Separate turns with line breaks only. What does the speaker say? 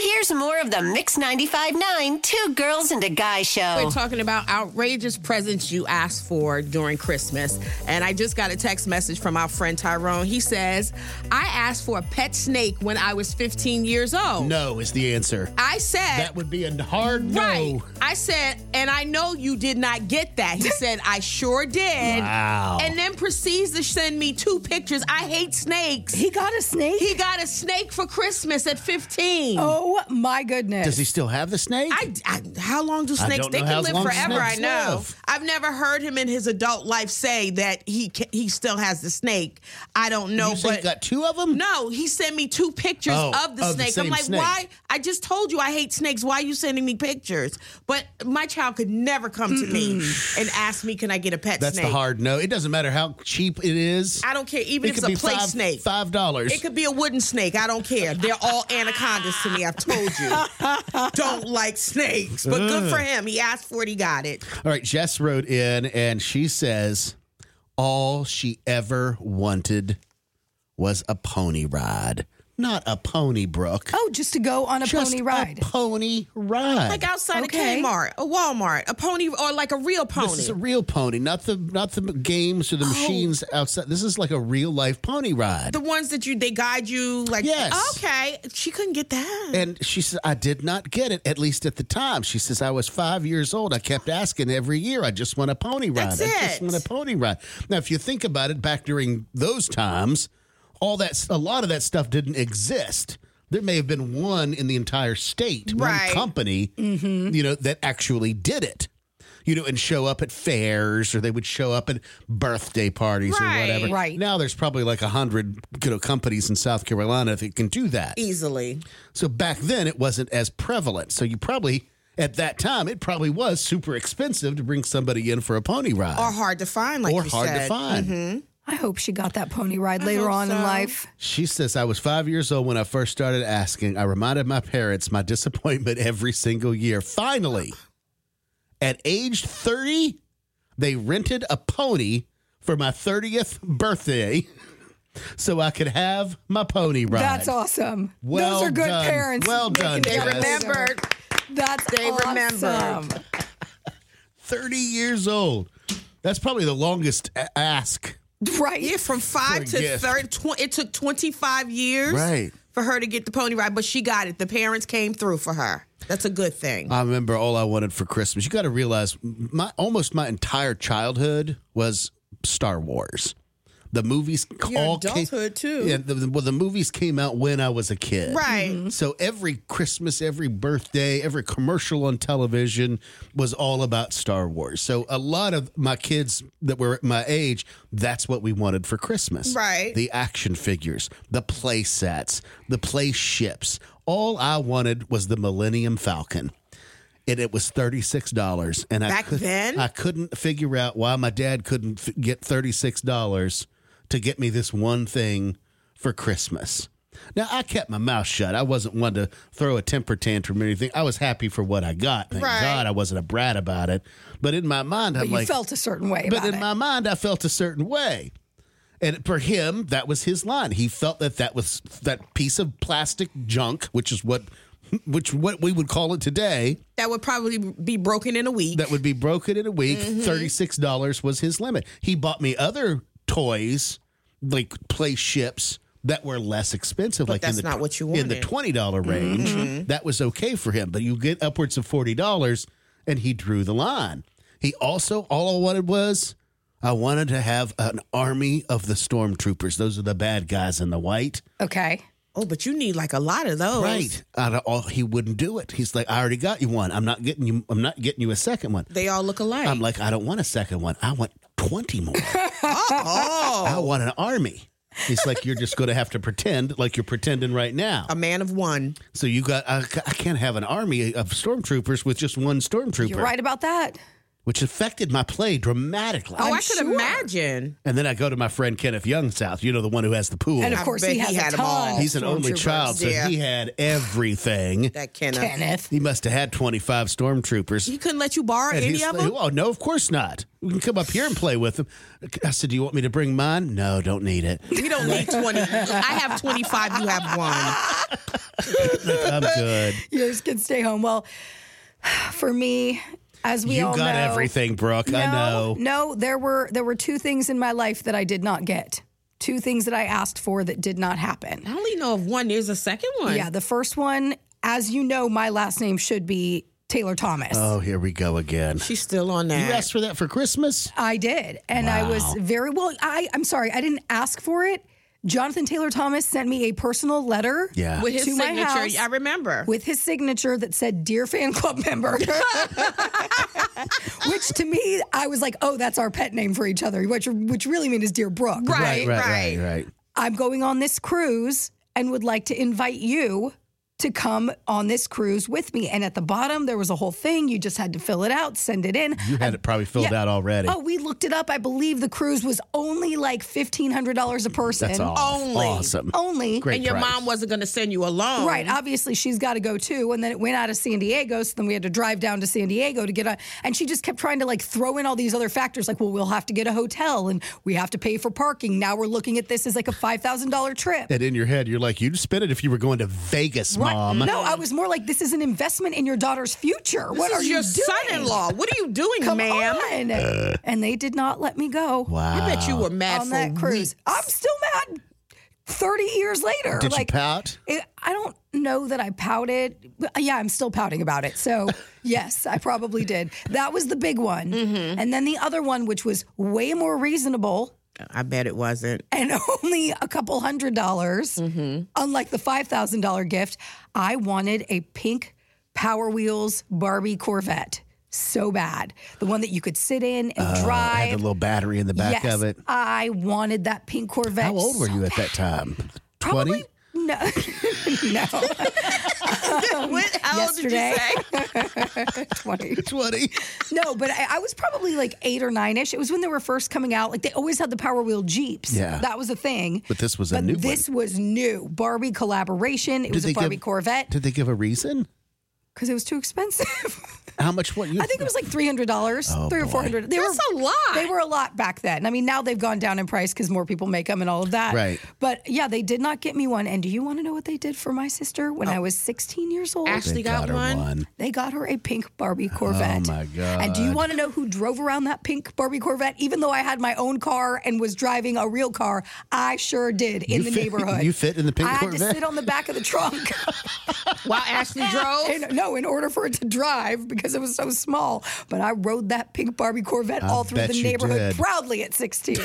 Here's more of the Mix 95.9 Two Girls and a Guy
We're
show.
talking about outrageous presents you asked for during Christmas. And I just got a text message from our friend Tyrone. He says, I asked for a pet snake when I was 15 years old.
No is the answer.
I said,
That would be a hard no.
Right. I said, and I know you did not get that. He said, I sure did.
Wow.
And then proceeds to send me two pictures. I hate snakes.
He got a snake?
He got a snake for Christmas at 15.
oh my goodness.
Does he still have the snake?
I, I- how long do
I
snakes?
don't
They
know
can
how
live
long
forever. I
snakes
know.
live.
I've never heard him in his adult life say that he ca- he still has the snake. I don't know,
you say
but
you got two of them?
no, he sent me two pictures
Oh,
of the
of the
snake. I'm
same
like,
snake.
why? I just told you I hate snakes. Why are you sending me pictures? But my child could never come to me and ask me, "Can I get a pet
That's
snake?"
the hard no. It doesn't matter how cheap it is.
I don't care, even
it
if
could
it's a
be
play
five,
snake.
Five dollars.
It could be a wooden snake. I don't care. They're all anacondas to me. I've told you. don't like snakes. But good for him. He asked for it. He got it.
All right, Jess wrote in and she says all she ever wanted was a pony ride. Not a pony, Brooke.
oh, just to go on a
Just
pony ride.
A pony ride.
Like outside
Okay.
a Kmart, a Walmart, a pony, or like a real pony. Oh.
this is a real pony, not the not the games or the machines outside. This is like a real life pony ride.
the ones that you they guide you like
Yes.
okay she couldn't get that
And she says, I did not get it, at least at the time. She says, I was five years old. I kept asking every year, I just want a pony ride.
That's
I just
it.
want a pony ride. Now, if you think about it, back during those times, all that, a lot of that stuff didn't exist. There may have been one in the entire state,
Right. Mm-hmm.
one company, you know, that actually did it. You know, and show up at fairs, or they would show up at birthday parties or
Right.
whatever.
Right.
now, there's probably like a hundred, you know, companies in South Carolina that can do that.
easily
So back then it wasn't as prevalent. So you probably at that time it probably was super expensive to bring somebody in for a pony ride
or hard to find like
Or
you
hard to
said. mm-hmm.
find.
I hope she got that pony ride later on in life.
She says I was 5 years old when I first started asking. I reminded my parents my disappointment every single year. Finally, at age 30, they rented a pony for my 30th birthday so I could have my pony ride.
That's awesome.
Well
Those are good
done.
parents.
Well
making
done,
it
Jess.
up later.
remembered
That's
They remembered.
awesome.
30 years old. That's probably the longest a- ask
Right.
yeah from five
For a
to
gift.
thirty tw- it took 25 years
Right.
for her to get the pony ride but she got it the parents came through for her that's a good thing
I remember all I wanted for Christmas. You got to realize my almost my entire childhood was Star Wars. The movies
Your
all
adulthood,
came,
too.
Yeah, the, the- well, the movies came out when I was a kid.
right
So every Christmas, every birthday, every commercial on television was all about Star Wars. So a lot of my kids that were my age, that's what we wanted for Christmas.
Right.
The action figures, the play sets, the play ships. All I wanted was the Millennium Falcon. And it was thirty six dollars, and I
Back
could,
then?
I couldn't figure out why my dad couldn't f- get thirty six dollars to get me this one thing for Christmas. Now I kept my mouth shut. I wasn't one to throw a temper tantrum or anything. I was happy for what I got. Thank
Right.
God I wasn't a brat about it. But in my mind, I'm
you
like,
felt a certain way
but
about
in
it.
my mind, I felt a certain way. And for him, that was his line. He felt that that was that piece of plastic junk, which is what, which what we would call it today,
that would probably be broken in a week
that would be broken in a week.
Mm-hmm.
six dollars was his limit. He bought me other toys, like play ships that were less expensive. like
that's
in the,
not what you
in the
wanted. Mm-hmm.
twenty dollar range. That was okay for him, but you get upwards of forty dollars, and he drew the line. He also all I wanted was. I wanted to have an army of the stormtroopers. Those are the bad guys in the white.
okay.
oh but you need like a lot of those
Right. Out of all, he wouldn't do it. He's like, I already got you one. I'm not getting you I'm not getting you a second one.
they all look alike
I'm like, I don't want a second one. I want 20 more.
Oh,
I want an army. It's like you're just going to have to pretend like you're pretending right now.
a man of one
So you got I, I can't have an army of stormtroopers with just one stormtrooper.
You're right about that.
which affected my play dramatically.
Oh, i
I'm
could
sure.
imagine.
and then I go to my friend Kenneth Youngstouth, you know, the one who has the pool.
And of
I
course,
bet
he
he
has
had
a
'em all.
ton.
He's an only
Stormtroopers,
child, so
yeah.
he had everything.
That can
Kenneth.
He must have had 25 stormtroopers.
He couldn't let you borrow
And
any
he's
of
like,
them.
oh, no, of course not. We can come up here and play with them. I said, do you want me to bring mine? No, don't need it.
We don't need twenty. I have twenty five. You have one.
I'm good.
Yours can stay home. Well, for me, as we
you
all
got
know,
everything, Brooke. I know.
No, no, there were there were two things in my life that I did not get. Two things that I asked for that did not happen.
I only know of one. There's a second one.
Yeah, the first one, as you know, my last name should be Taylor Thomas.
Oh, here we go again.
she's still on that.
You asked for that for Christmas?
I did, and I was very well. I I'm sorry, I didn't ask for it. Jonathan Taylor Thomas sent me a personal letter.
Yeah.
with his
To my
signature.
house.
I remember.
with his signature that said "Dear Fan Club Member," which to me, I was like, "Oh, that's our pet name for each other," which which really mean is "Dear Brooke."
Right,
right, right, right.
I'm going on this cruise and would like to invite you to come on this cruise with me. And at the bottom, there was a whole thing. You just had to fill it out, send it in.
You had it probably filled out already.
Oh, we looked it up. I believe the cruise was only like fifteen hundred dollars a person.
That's aw-
only.
awesome.
Only.
Great
and your
price.
mom wasn't going to send you alone.
Right. Obviously, she's got to go too. And then it went out of San Diego. So then we had to drive down to San Diego to get a. And she just kept trying to like throw in all these other factors like, well, we'll have to get a hotel and we have to pay for parking. Now we're looking at this as like a $5,000 trip.
And in your head, you're like, you'd spend it if you were going to Vegas, mom.
No, I was more like, this is an investment in your daughter's future. what
This
are
is
you
your
doing?
son-in-law. What are you doing,
Come
ma'am?
on. and they did not let me go
Uh. Wow.
I bet you were mad
on
for
that
weeks.
cruise. I'm still mad 30 years later.
Did
like,
you pout?
It, I don't know that I pouted. But yeah, I'm still pouting about it. So, yes, I probably did. That was the big one.
Mm-hmm.
And then the other one, which was way more reasonable
I bet it wasn't.
and only a couple hundred dollars,
Mm-hmm.
unlike the $5,000 gift, I wanted a pink Power Wheels Barbie Corvette so bad. The one that you could sit in and
Uh, Had the
drive.
little battery in the back
yes,
of it.
I wanted that pink Corvette.
How old were
so
you at that time? 20?
Probably no, no.
What? How old did you
yesterday.
say?
Twenty.
20.
No, but I, I was probably like eight or nine ish. It was when they were first coming out. Like they always had the Power Wheel Jeeps.
Yeah.
that was a thing.
But this was a
But
new one.
this was new Barbie collaboration. It was a
they
Barbie
give-
Corvette
Did they give a reason?
because it was too expensive.
How much? What? You,
I think it was like three hundred dollars,
Oh,
three or
boy.
four hundred. They
That's
were
a lot.
They were a lot back then. I mean, now they've gone down in price because more people make them and all of that.
Right.
But yeah, they did not get me one. And do you want to know what they did for my sister
Oh.
when I was sixteen years old?
Ashley
They
got
her
one.
They got her a pink Barbie Corvette.
Oh, my God.
And do you want to know who drove around that pink Barbie Corvette? Even though I had my own car and was driving a real car, I sure did in
You
the
fit-
neighborhood.
you fit in the pink
I had to
Corvette?
sit on the back of the trunk.
While Ashley drove.
in, no, in order for it to drive because it was so small. But I rode that pink Barbie Corvette all through
bet
the
you
neighborhood
did.
proudly at 16.